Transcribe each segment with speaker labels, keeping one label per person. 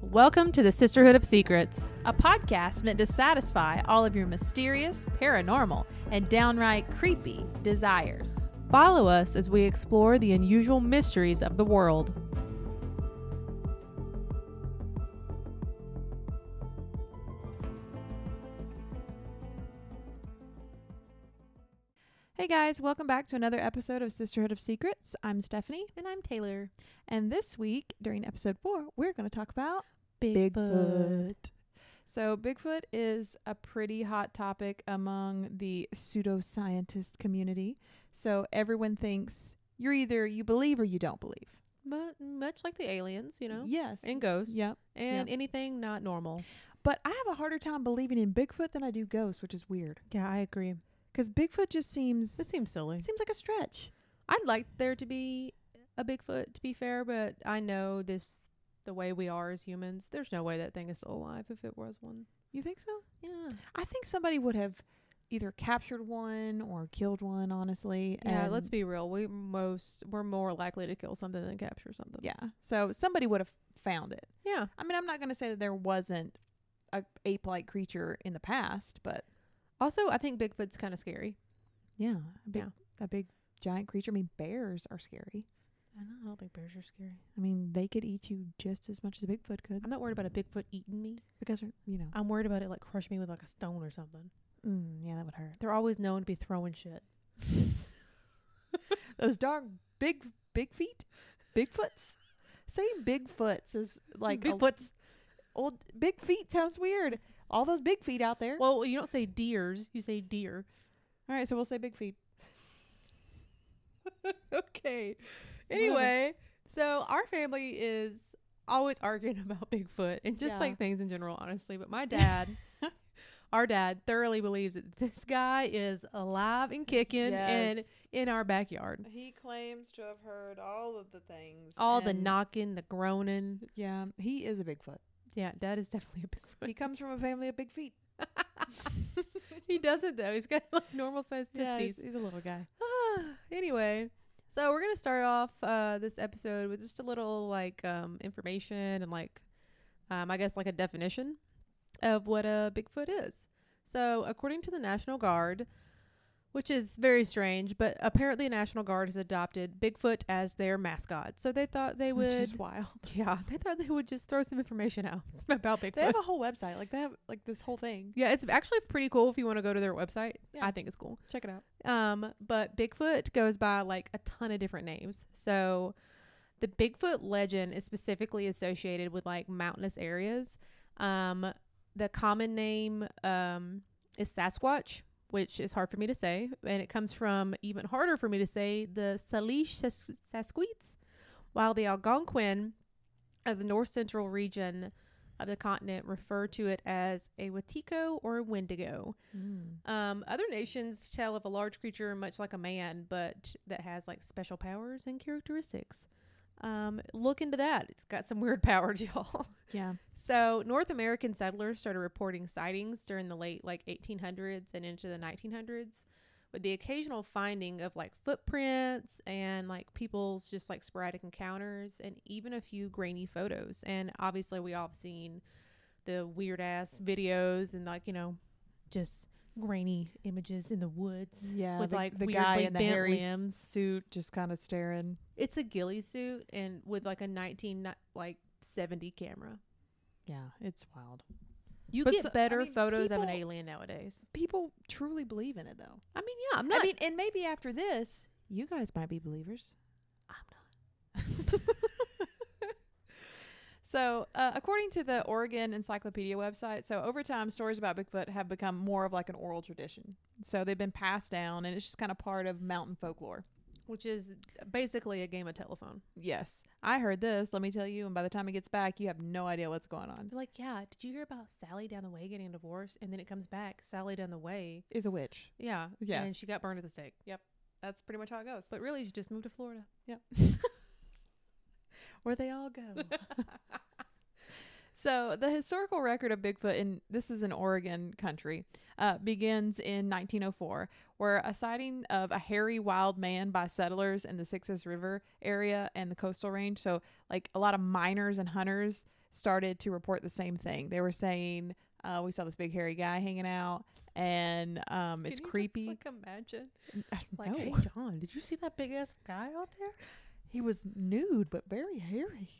Speaker 1: Welcome to the Sisterhood of Secrets.
Speaker 2: a podcast meant to satisfy all of your mysterious, paranormal, and downright creepy desires.
Speaker 1: Follow us as we explore the unusual mysteries of the world.
Speaker 2: Hey guys, welcome back to another episode of Sisterhood of Secrets. I'm Stephanie.
Speaker 1: And I'm Taylor.
Speaker 2: And this week, during episode four, we're going to talk about So, Bigfoot is a pretty hot topic among the pseudoscientist community. So, everyone thinks you're either you believe or you don't believe.
Speaker 1: But much like the aliens, you know,
Speaker 2: Yes.
Speaker 1: and ghosts,
Speaker 2: yep.
Speaker 1: and
Speaker 2: yeah.
Speaker 1: anything not normal.
Speaker 2: But I have a harder time believing in Bigfoot than I do ghosts, which is weird.
Speaker 1: Yeah, I agree.
Speaker 2: 'Cause Bigfoot just seems
Speaker 1: This seems silly.
Speaker 2: seems like a stretch.
Speaker 1: I'd like there to be a Bigfoot, to be fair, but I know this the way we are as humans. There's no way that thing is still alive if it was one.
Speaker 2: You think so?
Speaker 1: Yeah.
Speaker 2: I think somebody would have either captured one or killed one. Honestly,
Speaker 1: Yeah,
Speaker 2: and-
Speaker 1: let's be real. We most we're more likely to kill something than capture something.
Speaker 2: Yeah, so somebody would have found it.
Speaker 1: Yeah.
Speaker 2: I mean, I'm not going to say that there wasn't a ape-like creature in the past, but
Speaker 1: Also, I think Bigfoot's kind of scary.
Speaker 2: yeah, a big,
Speaker 1: Yeah.
Speaker 2: a big giant creature. I mean, bears are scary.
Speaker 1: I don't, I don't think bears are scary.
Speaker 2: I mean, they could eat you just as much as a Bigfoot could
Speaker 1: I'm not worried about a Bigfoot eating me.
Speaker 2: because they're, you know,
Speaker 1: I'm worried about it like crushing me with like a stone or something.
Speaker 2: mm, yeah, that would hurt.
Speaker 1: They're always known to be throwing shit.
Speaker 2: Those dark big, big feet, Bigfoots. Saying Bigfoots is like a
Speaker 1: Bigfoots.
Speaker 2: old big feet sounds weird. All those big feet out there.
Speaker 1: Well, you don't say deers, you say deer.
Speaker 2: All right, so we'll say big feet.
Speaker 1: okay.
Speaker 2: Whatever.
Speaker 1: Anyway, so our family is always arguing about Bigfoot and just
Speaker 2: Yeah.
Speaker 1: like things in general, honestly. But my dad, our dad, thoroughly believes that this guy is alive and kicking and in our backyard.
Speaker 2: he claims to have heard all of the things.
Speaker 1: All the
Speaker 2: and-
Speaker 1: knocking, the groaning.
Speaker 2: Yeah, he is a Bigfoot.
Speaker 1: Yeah, dad is definitely a Bigfoot.
Speaker 2: He comes from a family of big feet.
Speaker 1: He doesn't though. He's got like normal sized
Speaker 2: Yeah,
Speaker 1: tootsies.
Speaker 2: he's, he's a little guy.
Speaker 1: anyway, so we're gonna start off uh, this episode with just a little like um, information and like um, I guess like a definition of what a Bigfoot is. So according to the National Guard, which is very strange, but apparently the National Guard has adopted Bigfoot as their mascot. So they thought they
Speaker 2: Which
Speaker 1: would,
Speaker 2: is wild.
Speaker 1: yeah, they thought they would just throw some information out about Bigfoot.
Speaker 2: They have a whole website. Like they have like this whole thing.
Speaker 1: yeah, it's actually pretty cool if you want to go to their website.
Speaker 2: Yeah.
Speaker 1: I think it's cool.
Speaker 2: Check it out.
Speaker 1: Um, but Bigfoot goes by like a ton of different names. So the Bigfoot legend is specifically associated with like mountainous areas. Um, the common name um, is Sasquatch, which is hard for me to say, and it comes from even harder for me to say the Salish Sas- Sasquatch, while the Algonquin of the north central region of the continent refer to it as a Watiko or a Wendigo.
Speaker 2: Mm.
Speaker 1: Um, other nations tell of a large creature much like a man, but that has like special powers and characteristics. Um, look into that. It's got some weird powers, y'all.
Speaker 2: Yeah.
Speaker 1: So, North American settlers started reporting sightings during the late like 1800s and into the 1900s, with the occasional finding of like footprints and like people's just like sporadic encounters and even a few grainy photos. And obviously, we all have seen the weird ass videos and like, you know, just grainy images in the woods.
Speaker 2: Yeah.
Speaker 1: With,
Speaker 2: the,
Speaker 1: like,
Speaker 2: the guy
Speaker 1: weirdly
Speaker 2: in the
Speaker 1: bent
Speaker 2: hairy
Speaker 1: limbs.
Speaker 2: suit just kind of staring.
Speaker 1: It's a ghillie suit and with like a 19 ni- like 70 camera.
Speaker 2: Yeah, it's wild.
Speaker 1: You
Speaker 2: But
Speaker 1: get
Speaker 2: so- I
Speaker 1: better
Speaker 2: mean,
Speaker 1: photos of an
Speaker 2: people-
Speaker 1: alien nowadays.
Speaker 2: People truly believe in it though.
Speaker 1: I mean, yeah, I'm not.
Speaker 2: I mean, and maybe after this, you guys might be believers. So, uh, according to the Oregon Encyclopedia website, so over time, stories about Bigfoot have become more of like an oral tradition. So they've been passed down, and it's just kind of part of mountain folklore.
Speaker 1: which is basically a game of telephone.
Speaker 2: Yes, I heard this. Let me tell you. And by the time it gets back, you have no idea what's going on.
Speaker 1: They're like, yeah, did you hear about Sally down the way getting divorced? And then it comes back, Sally down the way.
Speaker 2: Is a witch.
Speaker 1: Yeah.
Speaker 2: Yes.
Speaker 1: And she got burned at the stake.
Speaker 2: That's pretty much how it goes.
Speaker 1: But really, she just moved to Florida.
Speaker 2: where they all go. so the historical record of Bigfoot in this is in Oregon country uh, begins in 1904, where a sighting of a hairy wild man by settlers in the Sixes River area and the coastal range. So like a lot of miners and hunters started to report the same thing. They were saying, uh, "We saw this big hairy guy hanging out, and um, it's creepy."
Speaker 1: imagine,
Speaker 2: I
Speaker 1: like,
Speaker 2: know.
Speaker 1: hey John, did you see that big ass guy out there?
Speaker 2: he was nude but very hairy.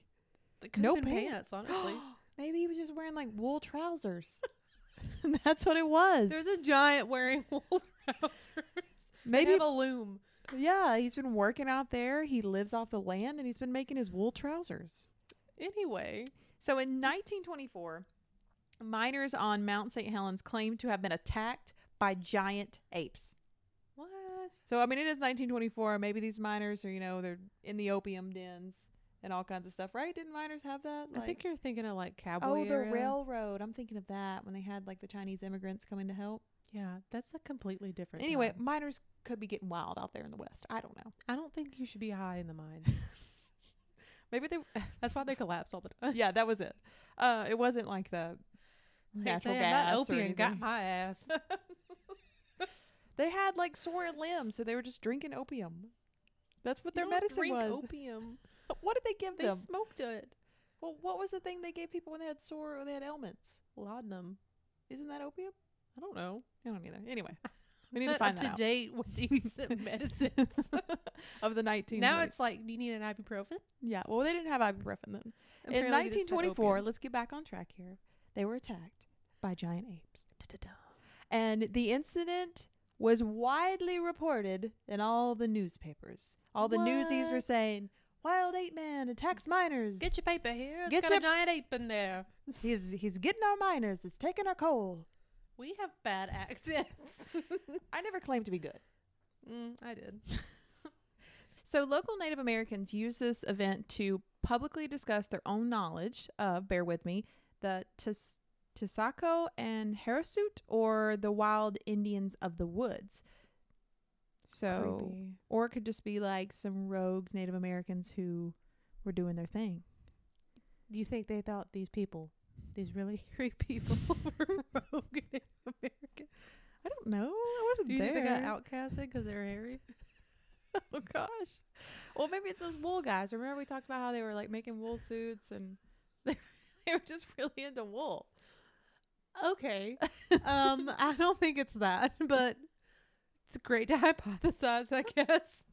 Speaker 1: Like,
Speaker 2: No
Speaker 1: no pants.
Speaker 2: pants.
Speaker 1: honestly.
Speaker 2: Maybe he was just wearing like wool trousers. That's what it was.
Speaker 1: There's a giant wearing wool trousers. Maybe
Speaker 2: Maybe
Speaker 1: a loom.
Speaker 2: yeah, he's been working out there. He lives off the land and he's been making his wool trousers.
Speaker 1: Anyway,
Speaker 2: So in 1924, miners on Mount St. Helens claimed to have been attacked by giant apes.
Speaker 1: what?
Speaker 2: So I mean, it is 1924. Maybe these miners are, you know, they're in the opium dens and all kinds of stuff, right? Didn't miners have that?
Speaker 1: I think you're thinking of like cowboy.
Speaker 2: oh, the
Speaker 1: era.
Speaker 2: railroad. I'm thinking of that when they had like the Chinese immigrants coming to help.
Speaker 1: Yeah, that's a completely different.
Speaker 2: Anyway,
Speaker 1: time.
Speaker 2: miners could be getting wild out there in the West. I don't know.
Speaker 1: I don't think you should be high in the mind.
Speaker 2: Maybe they.
Speaker 1: That's why they collapsed all the time.
Speaker 2: yeah, that was it. Uh, it wasn't like the natural
Speaker 1: Damn,
Speaker 2: gas.
Speaker 1: That
Speaker 2: or
Speaker 1: opium got
Speaker 2: anything.
Speaker 1: my ass.
Speaker 2: They had like sore limbs, so they were just drinking opium. That's
Speaker 1: You
Speaker 2: what their
Speaker 1: don't
Speaker 2: medicine
Speaker 1: drink
Speaker 2: was.
Speaker 1: opium.
Speaker 2: what did they give
Speaker 1: They
Speaker 2: them?
Speaker 1: smoked it.
Speaker 2: well, what was the thing they gave people when they had sore or they had ailments?
Speaker 1: Laudanum.
Speaker 2: Isn't that opium?
Speaker 1: I don't know.
Speaker 2: I don't either. Anyway, we need to
Speaker 1: Not
Speaker 2: find
Speaker 1: up to
Speaker 2: that out.
Speaker 1: date with recent medicines.
Speaker 2: of the 19.
Speaker 1: now it's like you need an ibuprofen.
Speaker 2: yeah. Well, they didn't have ibuprofen then.
Speaker 1: Apparently
Speaker 2: in
Speaker 1: they just had
Speaker 2: 1924,
Speaker 1: opium.
Speaker 2: let's get back on track here. They were attacked by giant apes.
Speaker 1: Da-da-da.
Speaker 2: And the incident was widely reported in all the newspapers. All the newsies were
Speaker 1: What?
Speaker 2: saying, Wild ape man attacks miners.
Speaker 1: Get your paper here. It's
Speaker 2: Get
Speaker 1: got
Speaker 2: your-
Speaker 1: a giant ape in there.
Speaker 2: he's, he's getting our miners. He's taking our coal.
Speaker 1: We have bad accents.
Speaker 2: I never claimed to be good.
Speaker 1: mm, I did.
Speaker 2: So, local Native Americans used this event to publicly discuss their own knowledge of, bear with me, the Tis- Tisako and Harasut, or the wild Indians of the woods. So, or it could just be like some rogue Native Americans who were doing their thing.
Speaker 1: Do you think they thought these people, these really hairy people, were rogue Native American?
Speaker 2: I don't know. I wasn't
Speaker 1: Do you
Speaker 2: there.
Speaker 1: think they got outcasted because they're hairy?
Speaker 2: Oh gosh. Well, maybe it's those wool guys. Remember we talked about how they were like making wool suits and they, they were just really into wool.
Speaker 1: Okay. um, I don't think it's that, but it's great to hypothesize, I guess.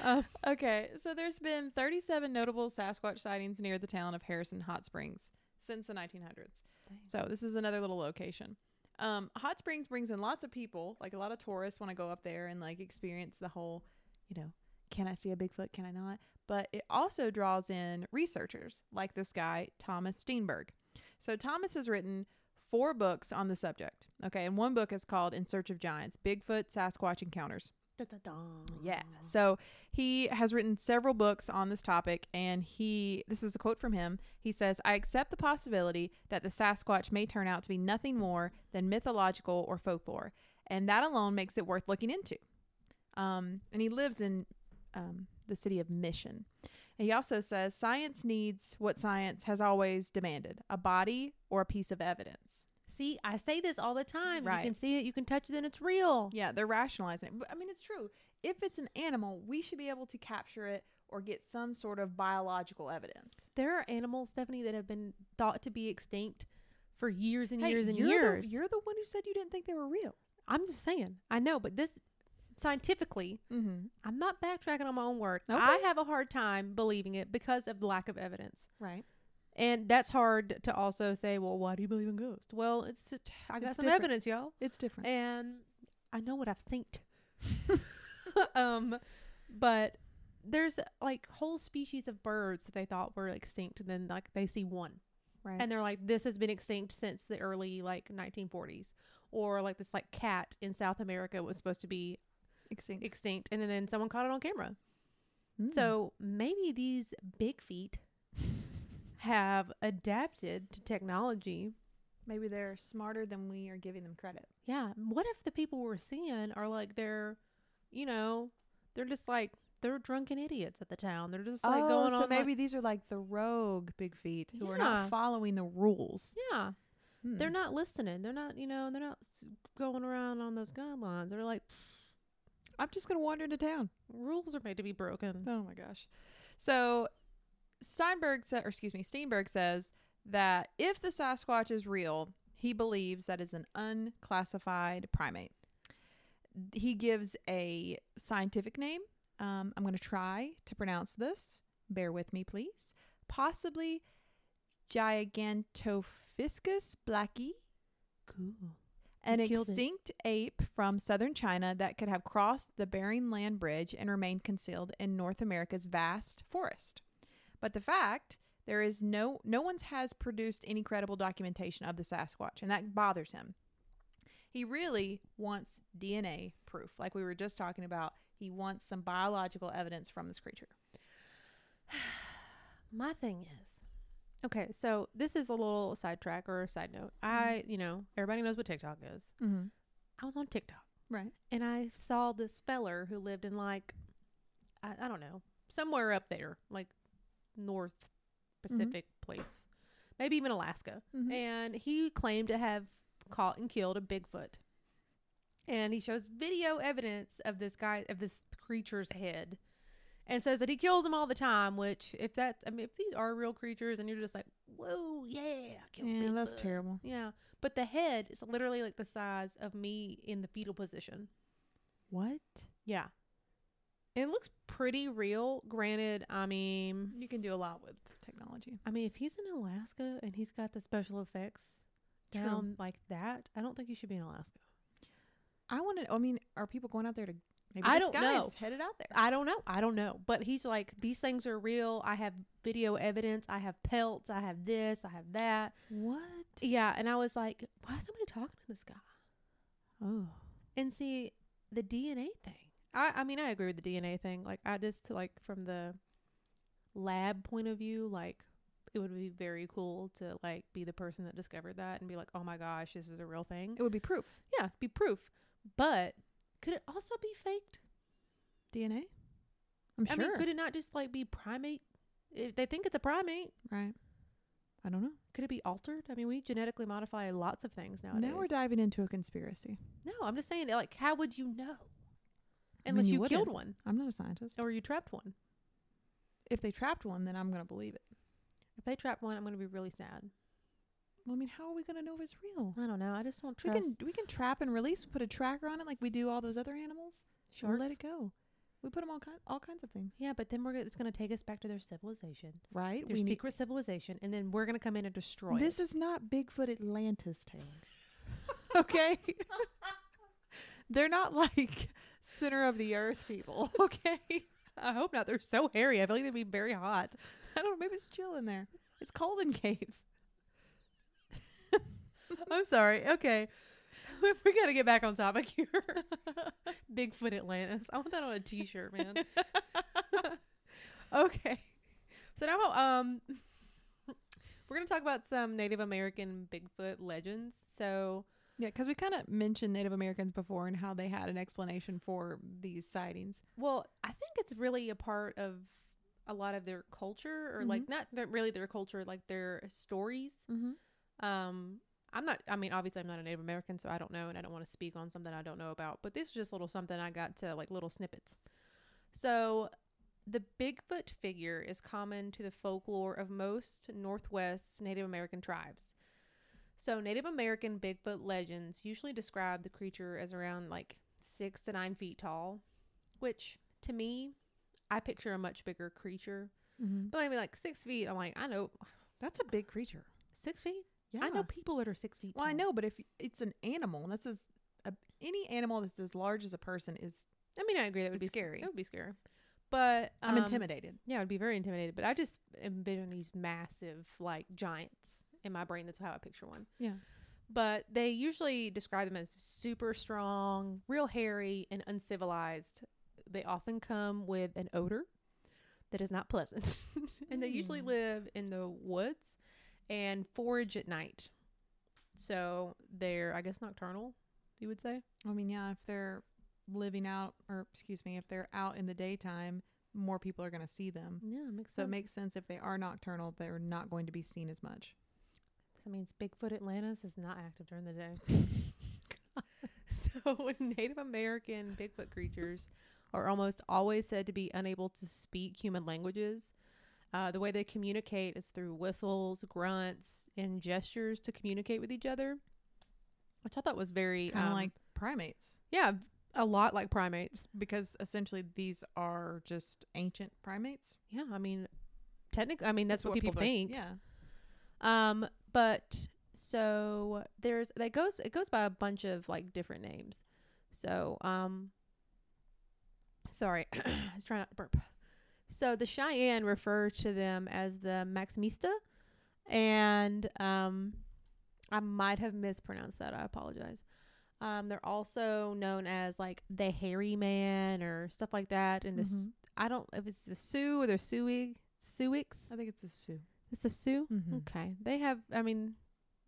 Speaker 1: Um,
Speaker 2: Okay, so there's been 37 notable Sasquatch sightings near the town of Harrison Hot Springs since the 1900s.
Speaker 1: Dang.
Speaker 2: So this is another little location. Um, Hot Springs brings in lots of people. Like a lot of tourists want to go up there and like experience the whole, you know, can I see a Bigfoot? Can I not? But it also draws in researchers like this guy Thomas Steenberg. So Thomas has written four books on the subject. Okay, and one book is called In Search of Giants: Bigfoot Sasquatch Encounters. Yeah. So he has written several books on this topic, and he, this is a quote from him. He says, I accept the possibility that the Sasquatch may turn out to be nothing more than mythological or folklore, and that alone makes it worth looking into. Um, and he lives in um, the city of Mission. He also says, science needs what science has always demanded a body or a piece of evidence.
Speaker 1: See, I say this all the time.
Speaker 2: Right.
Speaker 1: You can see it, you can touch it, and it's real.
Speaker 2: Yeah, they're rationalizing it. But I mean, it's true. If it's an animal, we should be able to capture it or get some sort of biological evidence.
Speaker 1: There are animals, Stephanie, that have been thought to be extinct for years and
Speaker 2: Hey,
Speaker 1: years and
Speaker 2: you're the-
Speaker 1: years.
Speaker 2: you're the one who said you didn't think they were real.
Speaker 1: I'm just saying. I know, but this scientifically,
Speaker 2: Mm-hmm.
Speaker 1: I'm not backtracking on my own word.
Speaker 2: Okay.
Speaker 1: I have a hard time believing it because of the lack of evidence.
Speaker 2: Right.
Speaker 1: And that's hard to also say, well, why do you believe in ghosts? Well, it's I got
Speaker 2: It's
Speaker 1: some
Speaker 2: different.
Speaker 1: evidence, y'all.
Speaker 2: It's different.
Speaker 1: And I know what I've seen. um but there's like whole species of birds that they thought were extinct and then like they see one
Speaker 2: right.
Speaker 1: and they're like this has been extinct since the early like 1940s or like this like cat in South America was supposed to be
Speaker 2: Extinct.
Speaker 1: extinct and then, then someone caught it on camera.
Speaker 2: Mm.
Speaker 1: So maybe these big feet have adapted to technology.
Speaker 2: maybe they're smarter than we are giving them credit.
Speaker 1: Yeah. What if the people we're seeing are like they're, you know, they're just like they're drunken idiots at the town. They're just like going
Speaker 2: Oh, so
Speaker 1: on. like-
Speaker 2: maybe these are like the rogue big feet who are
Speaker 1: Yeah.
Speaker 2: not following the rules.
Speaker 1: yeah,
Speaker 2: Hmm.
Speaker 1: they're not listening. They're not, you know, they're not s- going around on those guidelines. They're like
Speaker 2: I'm just gonna wander into town.
Speaker 1: rules are made to be broken.
Speaker 2: Oh my gosh. So Steinberg sa or excuse me, Steinberg says that if the Sasquatch is real, he believes that is an unclassified primate. He gives a scientific name. Um, I'm going to try to pronounce this. Bear with me, please. Possibly Gigantophiscus blackie,
Speaker 1: Cool.
Speaker 2: an
Speaker 1: You killed it.
Speaker 2: extinct ape from southern China that could have crossed the Bering Land Bridge and remained concealed in North America's vast forest. But the fact there is no no one's has produced any credible documentation of the Sasquatch, and that bothers him. He really wants DNA proof, like we were just talking about. He wants some biological evidence from this creature.
Speaker 1: My thing is, okay, so this is a little sidetrack or a side note. I, you know, everybody knows what TikTok is.
Speaker 2: Mm-hmm.
Speaker 1: I was on TikTok
Speaker 2: Right.
Speaker 1: and I saw this feller who lived in like, I, I don't know, somewhere up there, like North
Speaker 2: Mm-hmm.
Speaker 1: Pacific place, maybe even Alaska.
Speaker 2: Mhm.
Speaker 1: And he claimed to have caught and killed a Bigfoot. And he shows video evidence of this guy, of this creature's head. And says that he kills them all the time, which if that's I mean if these are real creatures and you're just like, Whoa, yeah, I killed
Speaker 2: Yeah, that's
Speaker 1: Bigfoot."
Speaker 2: terrible.
Speaker 1: Yeah, but the head is literally like the size of me in the fetal position.
Speaker 2: What?
Speaker 1: Yeah. It looks pretty real. Granted, I mean,
Speaker 2: You can do a lot with technology.
Speaker 1: I mean, if he's in Alaska and he's got the special effects
Speaker 2: True.
Speaker 1: down like that, I don't think you should be in Alaska.
Speaker 2: I want to. I mean, are people going out there to? Maybe
Speaker 1: I
Speaker 2: this
Speaker 1: don't
Speaker 2: guy's
Speaker 1: know.
Speaker 2: Headed out there.
Speaker 1: I don't know. I don't know. But he's like, these things are real. I have video evidence. I have pelts. I have this. I have that.
Speaker 2: what?
Speaker 1: Yeah. And I was like, why is nobody talking to this guy?
Speaker 2: Oh,
Speaker 1: And see the DNA thing. I I mean I agree with the DNA thing. Like I just like from the lab point of view, like it would be very cool to like be the person that discovered that and be like, oh my gosh, this is a real thing.
Speaker 2: it would be proof.
Speaker 1: Yeah, be proof. But could it also be faked?
Speaker 2: DNA. I'm
Speaker 1: I
Speaker 2: sure.
Speaker 1: mean, could it not just like be primate? If they think it's a primate,
Speaker 2: right. I don't know.
Speaker 1: could it be altered? I mean, we genetically modify lots of things nowadays.
Speaker 2: Now we're diving into a conspiracy.
Speaker 1: no, I'm just saying, like, how would you know?
Speaker 2: I mean,
Speaker 1: Unless
Speaker 2: you
Speaker 1: you killed
Speaker 2: wouldn't.
Speaker 1: one
Speaker 2: I'm not a scientist.
Speaker 1: or you trapped one.
Speaker 2: If they trapped one, then I'm gonna believe it.
Speaker 1: If they trap one, I'm going to be really sad.
Speaker 2: Well, I mean, how are we gonna know if it's real?
Speaker 1: I don't know. I just don't
Speaker 2: We
Speaker 1: trust
Speaker 2: can we can trap and release. We put a tracker on it, like we do all those other animals. Or
Speaker 1: sharks.
Speaker 2: let it go. We put them all kind all kinds of things.
Speaker 1: yeah, but then we're gonna, it's going to take us back to their civilization,
Speaker 2: Right.
Speaker 1: their
Speaker 2: we need-
Speaker 1: secret civilization, and then we're going to come in and destroy
Speaker 2: This
Speaker 1: it.
Speaker 2: is not Bigfoot Atlantis, Taylor. okay? They're not like center of the earth people, okay?
Speaker 1: I hope not. They're so hairy. I feel like they'd be very hot.
Speaker 2: I don't know. Maybe it's chill in there. It's cold in caves.
Speaker 1: I'm sorry. Okay, we got to get back on topic here. Bigfoot Atlantis. I want that on a T-shirt, man. okay, so now um, we're going to talk about some Native American Bigfoot legends. So
Speaker 2: Yeah, because we kind of mentioned Native Americans before and how they had an explanation for these sightings.
Speaker 1: Well, I think it's really a part of a lot of their culture, or like not their, really their culture, like their stories.
Speaker 2: Mm-hmm.
Speaker 1: Um, I'm not. I mean, obviously, I'm not a Native American, so I don't know, and I don't want to speak on something I don't know about. But this is just little something I got to like little snippets. So, the Bigfoot figure is common to the folklore of most Northwest Native American tribes. So, Native American Bigfoot legends usually describe the creature as around like six to nine feet tall, which to me, I picture a much bigger creature.
Speaker 2: Mm-hmm.
Speaker 1: But maybe like six feet, I'm like, I know
Speaker 2: That's a big creature.
Speaker 1: six feet.
Speaker 2: Yeah.
Speaker 1: I know people that are six feet.
Speaker 2: Well, I
Speaker 1: tall.
Speaker 2: know, but if it's an animal, that's as a, any animal that's as large as a person is.
Speaker 1: I mean, I agree. That would
Speaker 2: It's
Speaker 1: be
Speaker 2: scary.
Speaker 1: It would be scary. But
Speaker 2: I'm
Speaker 1: um,
Speaker 2: intimidated.
Speaker 1: Yeah, I'd be very intimidated. But I just envision these massive, like giants in my brain. That's how I picture one.
Speaker 2: Yeah.
Speaker 1: But they usually describe them as super strong, real hairy, and uncivilized. They often come with an odor that is not pleasant, and they usually
Speaker 2: Mm.
Speaker 1: live in the woods and forage at night. So they're, I guess, nocturnal. You would say.
Speaker 2: I mean, yeah, if they're living out, or excuse me, if they're out in the daytime, more people are going to see them.
Speaker 1: Yeah, makes
Speaker 2: So it makes sense if they are nocturnal, they're not going to be seen as much.
Speaker 1: That means Bigfoot Atlantis is not active during the day. so, when Native American Bigfoot creatures are almost always said to be unable to speak human languages, Uh, the way they communicate is through whistles, grunts, and gestures to communicate with each other, which I thought was very
Speaker 2: kind of
Speaker 1: um,
Speaker 2: like primates
Speaker 1: yeah, a lot like primates.
Speaker 2: because essentially these are just ancient primates.
Speaker 1: Yeah, I mean, technically, I mean that's what, people,
Speaker 2: are s-
Speaker 1: think.
Speaker 2: Yeah.
Speaker 1: Um, but so there's that goes it goes by a bunch of like different names. So um, sorry, I was trying not to burp. So the Cheyenne refer to them as the Maximista, and um, I might have mispronounced that. I apologize. Um, they're also known as like the hairy man or stuff like that. And this,
Speaker 2: Mhm.
Speaker 1: I don't if it's the Sioux or the Suig Suix.
Speaker 2: I think it's a Sioux.
Speaker 1: It's the Sioux.
Speaker 2: Mm-hmm.
Speaker 1: Okay. They have I mean,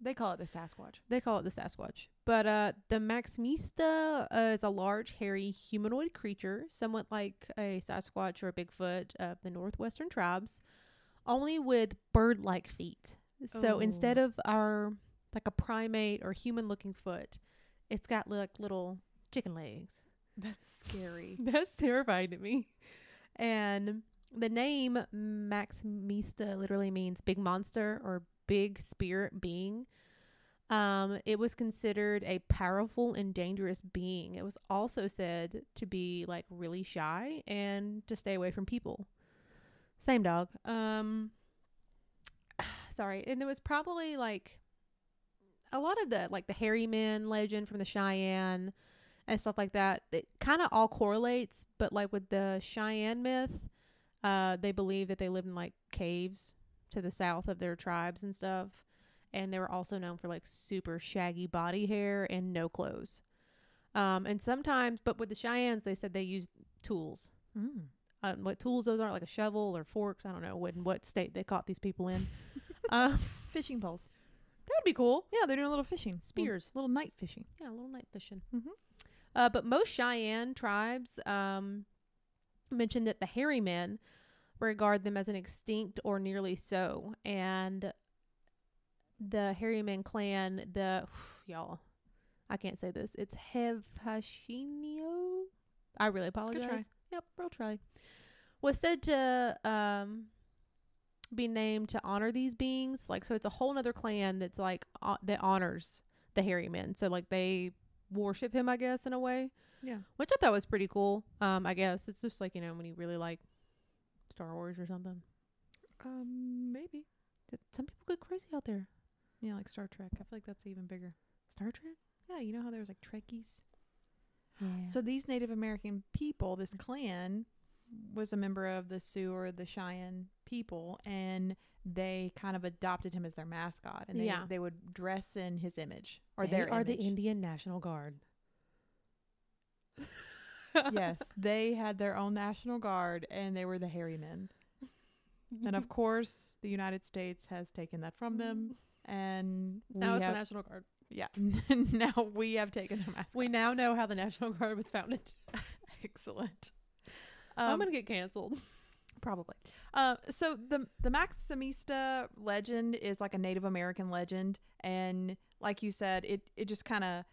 Speaker 2: They call it the Sasquatch.
Speaker 1: they call it the Sasquatch. But uh the Maximista uh, is a large hairy humanoid creature, somewhat like a Sasquatch or a Bigfoot of the northwestern tribes, only with bird-like feet. So
Speaker 2: Oh.
Speaker 1: instead of our like a primate or human-looking foot, it's got like little chicken legs.
Speaker 2: That's scary.
Speaker 1: That's terrifying to me. And the name Maximista literally means big monster or big spirit being. Um, it was considered a powerful and dangerous being. It was also said to be like really shy and to stay away from people. Same dog. Um, sorry. And there was probably like a lot of the like the hairy men legend from the Cheyenne and stuff like that. It kind of all correlates, but like with the Cheyenne myth, uh, they believe that they lived in like caves to the south of their tribes and stuff. And they were also known for like super shaggy body hair and no clothes. Um, and sometimes, but with the Cheyennes, they said they used tools.
Speaker 2: Mm.
Speaker 1: Um, what tools those are, like a shovel or forks. I don't know what, what state they caught these people in. um,
Speaker 2: Fishing poles.
Speaker 1: that would be cool.
Speaker 2: Yeah, they're doing a little fishing.
Speaker 1: Spears.
Speaker 2: Little, little night fishing.
Speaker 1: Yeah, a little night fishing.
Speaker 2: Mhm.
Speaker 1: Uh, but most Cheyenne tribes um, mentioned that the hairy men regard them as an extinct or nearly so, and the hairy men clan, the y'all, I can't say this. It's Hevhashinio. I really apologize. Yep, real try. Was said to um, be named to honor these beings. Like, so it's a whole nother clan that's like uh, that honors the hairy men. So like they worship him, I guess, in a way,
Speaker 2: Yeah.
Speaker 1: which I thought was pretty cool. Um, I guess it's just like you know when you really like Star Wars or something.
Speaker 2: Um, maybe.
Speaker 1: That- Some people get crazy out there.
Speaker 2: Yeah, like Star Trek. I feel like that's even bigger.
Speaker 1: Star Trek.
Speaker 2: Yeah, you know how there was like Trekkies.
Speaker 1: Yeah. Mm-hmm.
Speaker 2: So these Native American people, this clan, was a member of the Sioux or the Cheyenne people, and they kind of adopted him as their mascot, and they
Speaker 1: Yeah.
Speaker 2: they would dress in his image or
Speaker 1: they
Speaker 2: their
Speaker 1: are
Speaker 2: image.
Speaker 1: the Indian National Guard.
Speaker 2: yes, they had their own national guard, and they were the hairy men. and of course, the United States has taken that from them, and we
Speaker 1: now it's the
Speaker 2: have,
Speaker 1: National Guard.
Speaker 2: yeah, now we have taken their mascot.
Speaker 1: We now know how the National Guard was founded.
Speaker 2: Excellent.
Speaker 1: I'm
Speaker 2: Um,
Speaker 1: gonna get canceled.
Speaker 2: Probably. Uh, so the the Maximista legend is like a Native American legend, and like you said, it it just kind of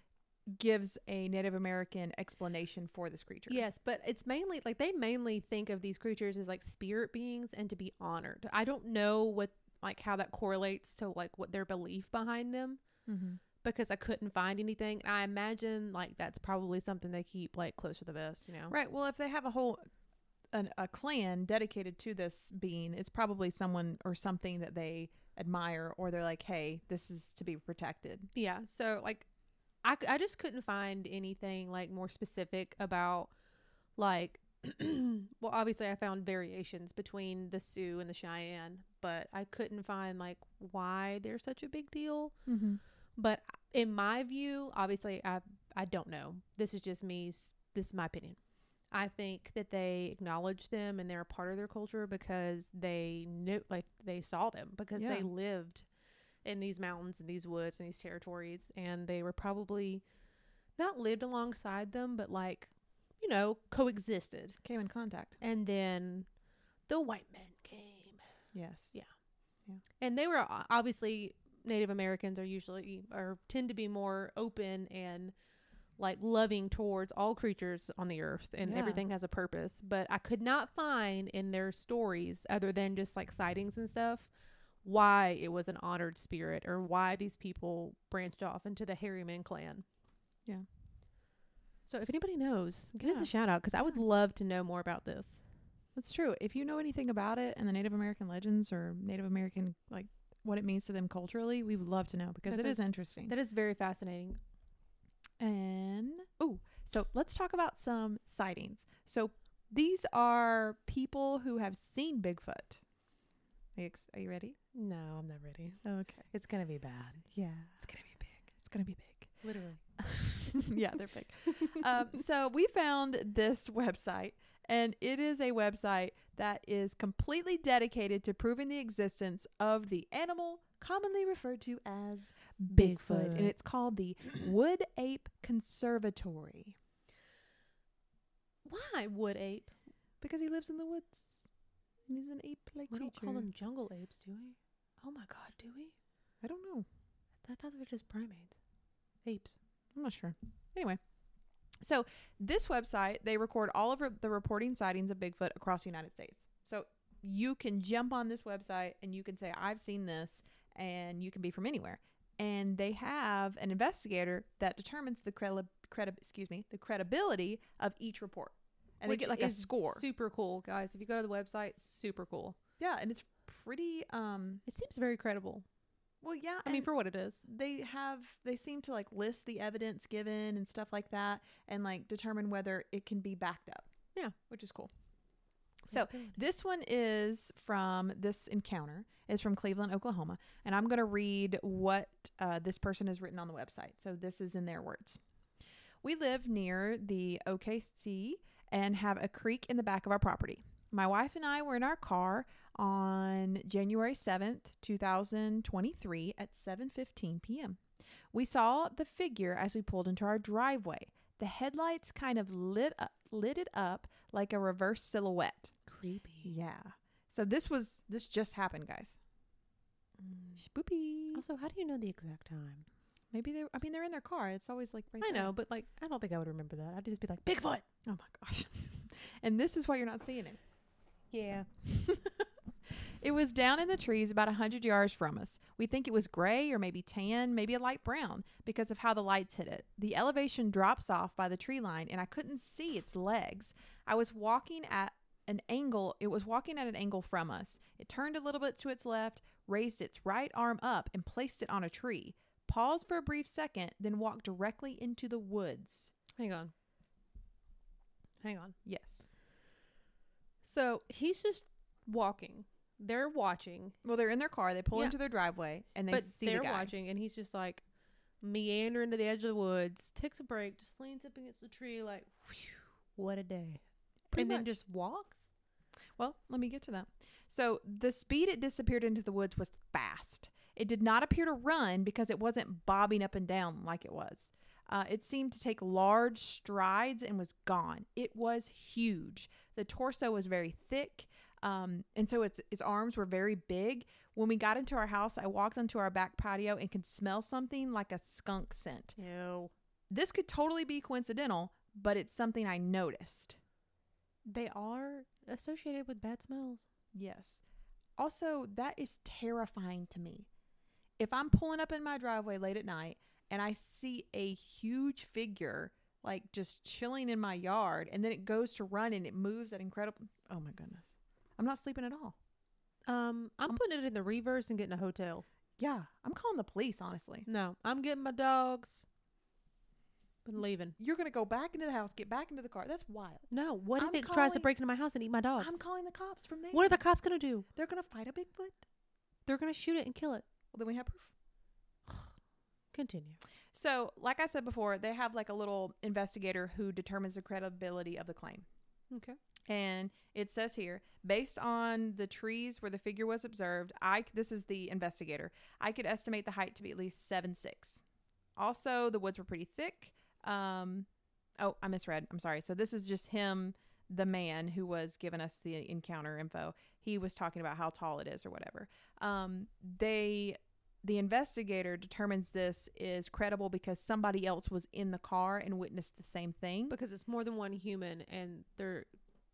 Speaker 2: gives a Native American explanation for this creature.
Speaker 1: Yes, but it's mainly like they mainly think of these creatures as like spirit beings and to be honored. I don't know what like how that correlates to like what their belief behind them
Speaker 2: Mm-hmm.
Speaker 1: because I couldn't find anything. I imagine like that's probably something they keep like close to the vest, you know.
Speaker 2: Right. Well, if they have a whole an, a clan dedicated to this being, it's probably someone or something that they admire, or they're like, "Hey, this is to be protected."
Speaker 1: Yeah. So like, I c- I just couldn't find anything like more specific about like. well, obviously, I found variations between the Sioux and the Cheyenne, but I couldn't find like why they're such a big deal.
Speaker 2: Mm-hmm.
Speaker 1: But in my view, obviously, I I don't know. This is just me. s- This is my opinion. I think that they acknowledge them and they're a part of their culture because they knew, like, they saw them because they
Speaker 2: Yeah.
Speaker 1: lived in these mountains and these woods and these territories, and they were probably not lived alongside them, but like, you know, coexisted.
Speaker 2: Came in contact.
Speaker 1: And then the white men came
Speaker 2: Yes.
Speaker 1: Yeah. and they were uh, o- obviously Native Americans are usually or tend to be more open and like loving towards all creatures on the earth and
Speaker 2: Yeah.
Speaker 1: everything has a purpose. But I could not find in their stories, other than just like sightings and stuff, why it was an honored spirit or why these people branched off into the Harryman clan.
Speaker 2: Yeah.
Speaker 1: So if anybody knows, give us
Speaker 2: Yeah.
Speaker 1: a shout out because I would love to know more about this.
Speaker 2: That's true. If you know anything about it and the Native American legends or Native American like what it means to them culturally, we would love to know because it is
Speaker 1: Because
Speaker 2: interesting.
Speaker 1: That is very fascinating.
Speaker 2: And oh, so let's talk about some sightings. So these are people who have seen Bigfoot. Are you, ex- are you ready?
Speaker 1: No, I'm not ready.
Speaker 2: Okay.
Speaker 1: It's gonna be bad.
Speaker 2: Yeah.
Speaker 1: It's gonna be big.
Speaker 2: It's going to be big.
Speaker 1: Literally.
Speaker 2: yeah, they're big. um, so we found this website, and it is a website that is completely dedicated to proving the existence of the animal commonly referred to as Bigfoot, and
Speaker 1: Bigfoot.
Speaker 2: it's called the Wood Ape Conservatory
Speaker 1: Why wood ape?
Speaker 2: because he lives in the woods. And he's an ape-like
Speaker 1: We
Speaker 2: creature.
Speaker 1: don't call them jungle apes, do we? Oh my god, do we?
Speaker 2: I don't know.
Speaker 1: I thought they were just primates. Apes.
Speaker 2: I'm not sure. Anyway, so this website they record all of the reporting sightings of Bigfoot across the United States. So you can jump on this website and you can say I've seen this, and you can be from anywhere. And they have an investigator that determines the credi- credi- excuse me the credibility of each report, and
Speaker 1: Which
Speaker 2: they get like a
Speaker 1: is
Speaker 2: score.
Speaker 1: Super cool, guys. If you go to the website, super cool.
Speaker 2: yeah, and it's pretty. um
Speaker 1: It seems very credible.
Speaker 2: Well, yeah,
Speaker 1: I mean,
Speaker 2: and-
Speaker 1: for what it is.
Speaker 2: they have they seem to like list the evidence given and stuff like that and like determine whether it can be backed up.
Speaker 1: Yeah.
Speaker 2: which is cool. So, This one is from this encounter is from Cleveland, Oklahoma, and I'm going to read what uh, this person has written on the website. So this is in their words. We live near the OKC and have a creek in the back of our property. My wife and I were in our car on January 7th, 2023 at 7:15 p.m. We saw the figure as we pulled into our driveway. The headlights kind of lit up, lit it up like a reverse silhouette.
Speaker 1: creepy.
Speaker 2: Yeah. So this was this just happened, guys. Spoopy.
Speaker 1: Also, how do you know the exact time?
Speaker 2: Maybe they. I mean, they're in their car. It's always like right.
Speaker 1: I
Speaker 2: there.
Speaker 1: know, but like, I don't think I would remember that. I'd just be like, Bigfoot.
Speaker 2: Oh my gosh. and this is why you're not seeing him.
Speaker 1: Yeah.
Speaker 2: It was down in the trees about a 100 yards from us. We think it was gray or maybe tan, maybe a light brown because of how the lights hit it. The elevation drops off by the tree line and I couldn't see its legs. I was walking at an angle, it was walking at an angle from us. It turned a little bit to its left, raised its right arm up and placed it on a tree. Paused for a brief second, then walked directly into the woods.
Speaker 1: Hang on. Hang on.
Speaker 2: Yes.
Speaker 1: So he's just walking. They're watching.
Speaker 2: Well, they're in their car. They pull
Speaker 1: Yeah.
Speaker 2: into their driveway and they
Speaker 1: but
Speaker 2: see
Speaker 1: they're
Speaker 2: the guy.
Speaker 1: watching and he's just like meandering to the edge of the woods takes a break just leans up against the tree like whew, what a day
Speaker 2: Pretty
Speaker 1: and
Speaker 2: much.
Speaker 1: then just walks
Speaker 2: Well, let me get to that. So the speed it disappeared into the woods was fast. It did not appear to run because it wasn't bobbing up and down like it was. Uh, it seemed to take large strides and was gone. It was huge. The torso was very thick, um, and so its its arms were very big. When we got into our house, I walked onto our back patio and could smell something like a skunk scent.
Speaker 1: Ew.
Speaker 2: This could totally be coincidental, but it's something I noticed.
Speaker 1: they are associated with bad smells
Speaker 2: Yes. Also, that is terrifying to me. If I'm pulling up in my driveway late at night and I see a huge figure like just chilling in my yard and then it goes to run and it moves at incredible Oh my goodness. I'm not sleeping at all.
Speaker 1: um i'm
Speaker 2: Um,
Speaker 1: putting it in the reverse and getting a hotel
Speaker 2: Yeah, I'm calling the police honestly.
Speaker 1: no i'm getting my dogs and leaving
Speaker 2: You're going to go back into the house, get back into the car. That's wild.
Speaker 1: no what if
Speaker 2: I'm
Speaker 1: it tries to
Speaker 2: calling-
Speaker 1: break into my house and eat my dogs
Speaker 2: I'm calling the cops from there.
Speaker 1: what are the cops gonna do
Speaker 2: They're going to fight a Bigfoot? Well,
Speaker 1: they're gonna shoot it and kill it
Speaker 2: then we have proof.
Speaker 1: continue
Speaker 2: So, like I said before, they have like a little investigator who determines the credibility of the claim.
Speaker 1: okay
Speaker 2: And it says here, based on the trees where the figure was observed, I this is the investigator. I could estimate the height to be at least seven six. Also, the woods were pretty thick. Um, oh, I misread. I'm sorry. So this is just him, the man who was giving us the encounter info. He was talking about how tall it is or whatever. Um, they the investigator determines this is credible because somebody else was in the car and witnessed the same thing.
Speaker 1: because it's more than one human and they're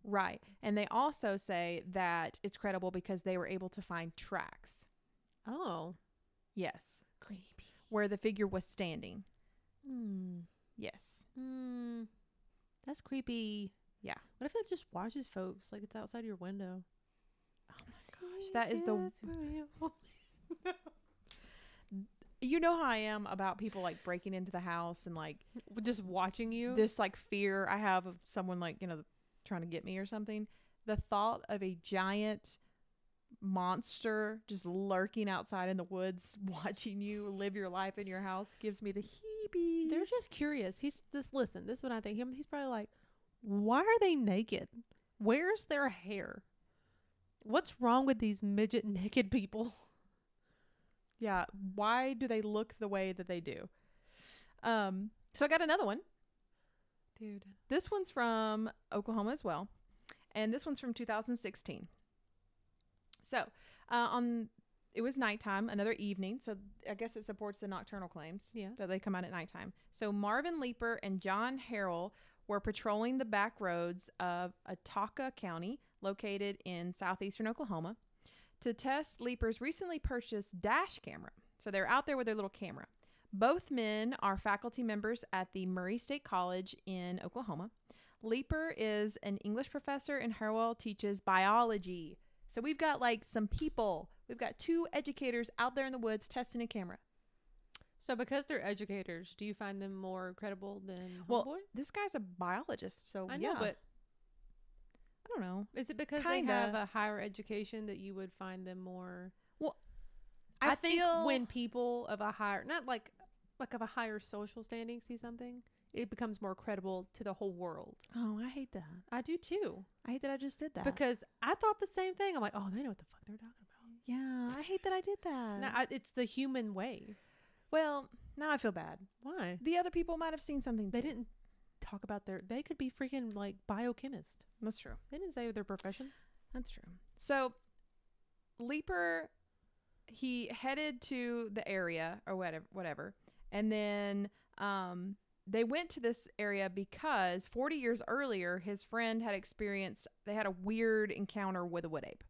Speaker 2: Right. And they also say that it's credible because they were able to find tracks.
Speaker 1: oh
Speaker 2: Yes.
Speaker 1: creepy.
Speaker 2: Where the figure was standing.
Speaker 1: Mm.
Speaker 2: Yes.
Speaker 1: Mm, that's creepy.
Speaker 2: Yeah.
Speaker 1: What if it just watches folks? Like it's outside your window.
Speaker 2: Oh my gosh. That is the.
Speaker 1: the
Speaker 2: You know how I am about people like breaking into the house and like
Speaker 1: just watching you.
Speaker 2: this like fear I have of someone like, you know, trying to get me or something. The thought of a giant monster just lurking outside in the woods watching you live your life in your house gives me the heebie.
Speaker 1: They're just curious. He's this. Listen, this is what I think. Him. He's probably like, why are they naked? Where's their hair? What's wrong with these midget naked people?
Speaker 2: Yeah. Why do they look the way that they do? Um, so I got another one.
Speaker 1: Dude.
Speaker 2: This one's from Oklahoma as well. And this one's from 2016. So, uh, on it was nighttime, another evening. So I guess it supports the nocturnal claims
Speaker 1: Yes.
Speaker 2: that they come out at nighttime. So Marvin Leeper and John Harrell were patrolling the back roads of Ataka County, located in southeastern Oklahoma, to test Leeper's recently purchased dash camera. So they're out there with their little camera. Both men are faculty members at the Murray State College in Oklahoma. Leeper is an English professor and Harwell teaches biology. So we've got like some people. We've got two educators out there in the woods testing a camera.
Speaker 1: So because they're educators, do you find them more credible than
Speaker 2: Well,
Speaker 1: Homeboy?
Speaker 2: This guy's a biologist, so
Speaker 1: I know,
Speaker 2: yeah.
Speaker 1: but
Speaker 2: I don't know.
Speaker 1: is it because
Speaker 2: kinda.
Speaker 1: they have a higher education that you would find them more
Speaker 2: I,
Speaker 1: I, think
Speaker 2: feel
Speaker 1: when people of a higher, not like like of a higher social standing, see something, it becomes more credible to the whole world.
Speaker 2: oh, I hate that.
Speaker 1: I do too,
Speaker 2: I hate that I just did that.
Speaker 1: because I thought the same thing. I'm like, oh, they know what the fuck they're talking
Speaker 2: yeah, I hate that I did that.
Speaker 1: about. no, I, it's the human way.
Speaker 2: well, now I feel bad.
Speaker 1: Why
Speaker 2: The other people might have seen something.
Speaker 1: they
Speaker 2: too.
Speaker 1: didn't talk about their? They could be freaking like biochemist.
Speaker 2: That's true.
Speaker 1: They didn't say their profession.
Speaker 2: That's true. So, Leaper, he headed to the area or whatever, whatever, and then um, they went to this area because 40 years earlier, his friend had experienced they had a weird encounter with a wood ape.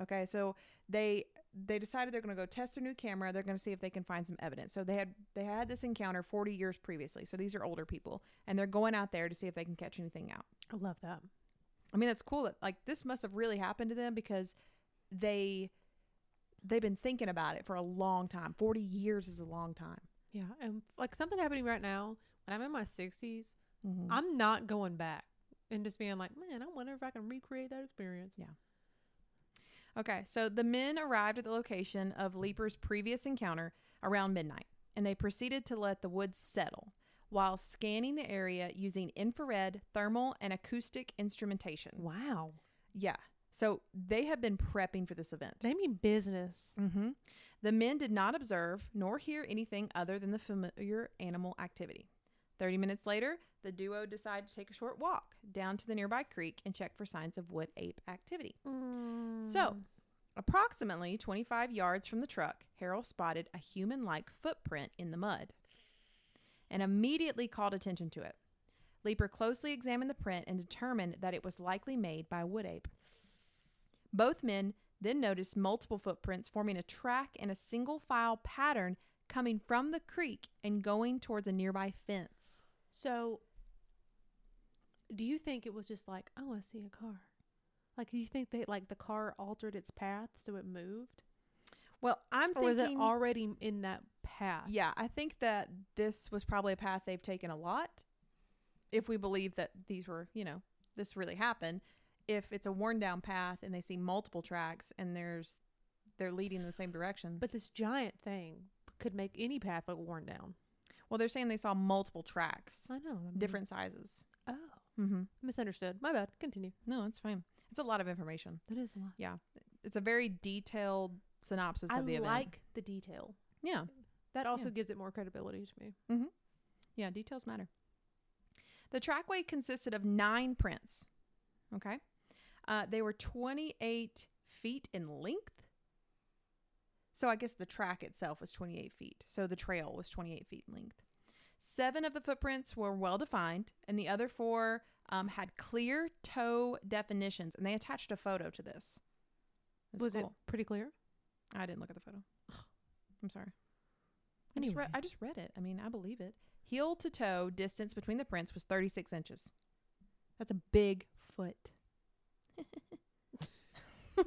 Speaker 2: Okay, so they they decided they're going to go test their new camera. They're going to see if they can find some evidence. So they had they had this encounter 40 years previously. So these are older people, and they're going out there to see if they can catch anything out.
Speaker 1: I love that.
Speaker 2: I mean, that's cool. That like this must have really happened to them because they they've been thinking about it for a long time. Forty years is a long time.
Speaker 1: Yeah, and like something happening right now. When I'm in my 60s,
Speaker 2: I-
Speaker 1: I'm not going back and just being like, man, I wonder if I can recreate that experience.
Speaker 2: Okay, so the men arrived at the location of Leaper's previous encounter around midnight, and they proceeded to let the woods settle while scanning the area using infrared, thermal, and acoustic instrumentation.
Speaker 1: Wow.
Speaker 2: Yeah, so they have been prepping for this event.
Speaker 1: They mean business.
Speaker 2: Mm-hmm. The men did not observe nor hear anything other than the familiar animal activity. 30 minutes later, the duo decided to take a short walk down to the nearby creek and check for signs of wood ape activity.
Speaker 1: So,
Speaker 2: Mm. Approximately 25 yards from the truck, Harold spotted a human like footprint in the mud and immediately called attention to it. Leaper closely examined the print and determined that it was likely made by a wood ape. Both men then noticed multiple footprints forming a track in a single file pattern coming from the creek and going towards a nearby fence.
Speaker 1: so do you think it was just like, oh, I see a car? Like, do you think that like the car altered its path so it moved,
Speaker 2: Well, I'm
Speaker 1: or
Speaker 2: thinking
Speaker 1: was it already in that path?
Speaker 2: Yeah, I think that this was probably a path they've taken a lot. If we believe that these were, you know, this really happened. If it's a worn down path and they see multiple tracks and there's they're leading in the same direction. But
Speaker 1: But this giant thing could make any path look worn down.
Speaker 2: well, they're saying they saw multiple tracks,
Speaker 1: I know. I mean-
Speaker 2: different sizes.
Speaker 1: Oh,
Speaker 2: Mm-hmm.
Speaker 1: misunderstood. My bad. Continue.
Speaker 2: No, it's fine. It's a lot of information.
Speaker 1: That is a lot.
Speaker 2: It's a very detailed synopsis
Speaker 1: I
Speaker 2: of the event.
Speaker 1: like the detail.
Speaker 2: Yeah.
Speaker 1: That also
Speaker 2: Yeah.
Speaker 1: gives it more credibility to me.
Speaker 2: Yeah, details matter. The trackway consisted of nine prints. Okay. Uh, they were 28 feet in length, So I guess the track itself was 28 feet. So the trail was 28 feet in length. Seven of the footprints were well defined, and the other four um, had clear toe definitions. And they attached a photo to this. It
Speaker 1: Was
Speaker 2: cool.
Speaker 1: it pretty clear?
Speaker 2: I didn't look at the photo. I'm sorry. I just, read,
Speaker 1: Anyway.
Speaker 2: I just read it. I mean, I believe it. Heel to toe distance between the prints was 36 inches. That's a big foot.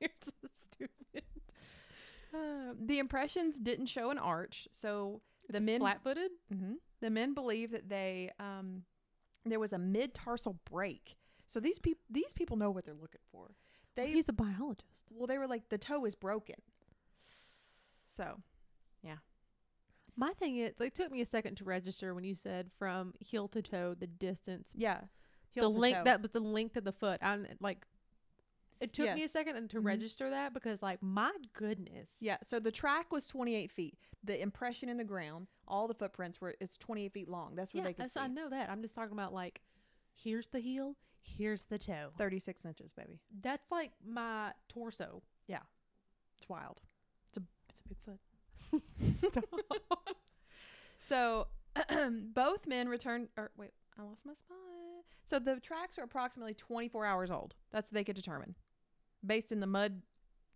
Speaker 2: You're so stupid. Uh, the impressions didn't show an arch, so the men
Speaker 1: flat-footed.
Speaker 2: Mhm. the men believe that they um, there was a mid tarsal break. So these people these people know what they're looking for. They
Speaker 1: He's a biologist.
Speaker 2: well, they were like, the toe is broken. So,
Speaker 1: My thing is, like, it took me a second to register when you said from heel to toe the distance,
Speaker 2: yeah.
Speaker 1: the
Speaker 2: heel to
Speaker 1: length
Speaker 2: toe.
Speaker 1: that was the length of the foot. I like. It took me a
Speaker 2: Yes.
Speaker 1: second and to
Speaker 2: Mhm.
Speaker 1: register that because, like, my goodness.
Speaker 2: Yeah. So the track was 28 feet. The impression in the ground, all the footprints were, it's 28 feet long. That's what
Speaker 1: yeah.
Speaker 2: they could
Speaker 1: that's-
Speaker 2: see.
Speaker 1: I know that. I'm just talking about like, here's the heel, here's the toe.
Speaker 2: 36 inches, baby.
Speaker 1: That's like my torso.
Speaker 2: It's wild. It's a, it's a big foot. Stop. so both men returned, or wait, I lost my spot. So the tracks are approximately 24 hours old. That's what they could determine based in the mud,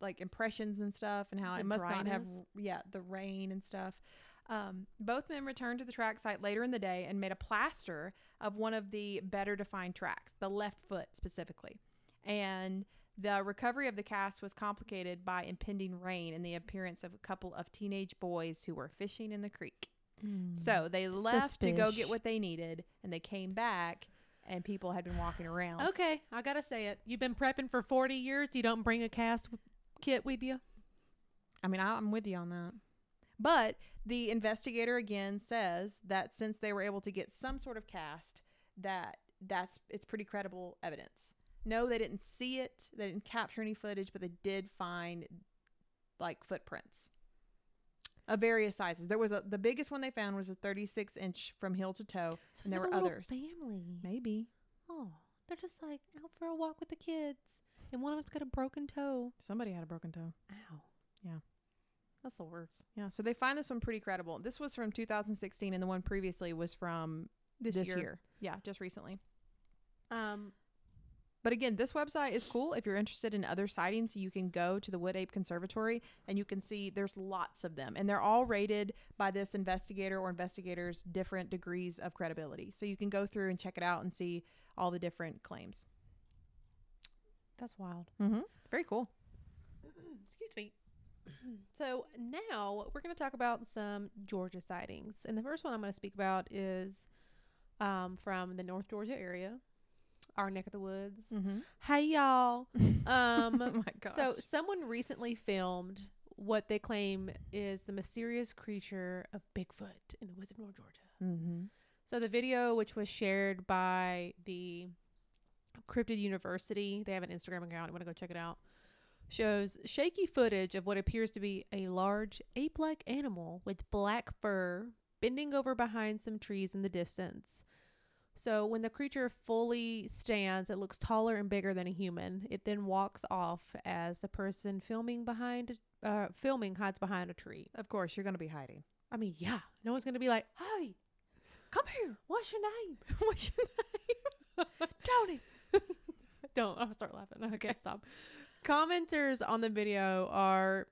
Speaker 2: like impressions and stuff, and how
Speaker 1: The
Speaker 2: it must not have,
Speaker 1: dryness.
Speaker 2: yeah, the rain and stuff. Um, both men returned to the track site later in the day and made a plaster of one of the better defined tracks, the left foot specifically. And the recovery of the cast was complicated by impending rain and the appearance of a couple of teenage boys who were fishing in the creek. So they left to go
Speaker 1: Suspish.
Speaker 2: get what they needed, and they came back, and people had been walking around.
Speaker 1: Okay, I gotta say it. You've been prepping for 40 years. You don't bring a cast w- kit with you.
Speaker 2: I mean, I, I'm with you on that. But the investigator again says that since they were able to get some sort of cast, that that's it's pretty credible evidence. No, they didn't see it. They didn't capture any footage, but they did find like footprints of various sizes. There was a the biggest one they found was a 36 inch from heel to toe.
Speaker 1: So
Speaker 2: And there
Speaker 1: it's
Speaker 2: were
Speaker 1: like a little
Speaker 2: others.
Speaker 1: Family.
Speaker 2: Maybe
Speaker 1: Oh, they're just like out for a walk with the kids, and one of them's got a broken toe.
Speaker 2: somebody had a broken toe.
Speaker 1: Ow.
Speaker 2: Yeah.
Speaker 1: That's the worst.
Speaker 2: Yeah, so they find this one pretty credible. This was from 2016, and the one previously was from
Speaker 1: This year.
Speaker 2: Yeah, just recently.
Speaker 1: Um.
Speaker 2: But again, this website is cool. If you're interested in other sightings, you can go to the Wood Ape Conservatory and you can see there's lots of them. And they're all rated by this investigator or investigators different degrees of credibility. So you can go through and check it out and see all the different claims.
Speaker 1: That's wild.
Speaker 2: Mm-hmm. Very cool.
Speaker 1: Excuse me. so now we're going to talk about some Georgia sightings, and the first one I'm going to speak about is um, from the North Georgia area, our neck of the woods.
Speaker 2: Mm-hmm.
Speaker 1: Hey y'all.
Speaker 2: oh
Speaker 1: Um.
Speaker 2: my gosh.
Speaker 1: So someone recently filmed what they claim is the mysterious creature of Bigfoot in the woods of North Georgia.
Speaker 2: mm-hmm.
Speaker 1: So the video, which was shared by the Cryptid University, they have an Instagram account. You want to go check it out? Shows shaky footage of what appears to be a large ape-like animal with black fur bending over behind some trees in the distance. So when the creature fully stands, it looks taller and bigger than a human. It then walks off as the person filming behind uh, filming hides behind a tree.
Speaker 2: of course, you're going to be hiding.
Speaker 1: I mean, yeah, no one's gonna be like, "Hey,
Speaker 2: Come here.
Speaker 1: what's your name?"
Speaker 2: What's your name?
Speaker 1: Tony. Don't. I'll start laughing. Okay, stop. Commenters on the video are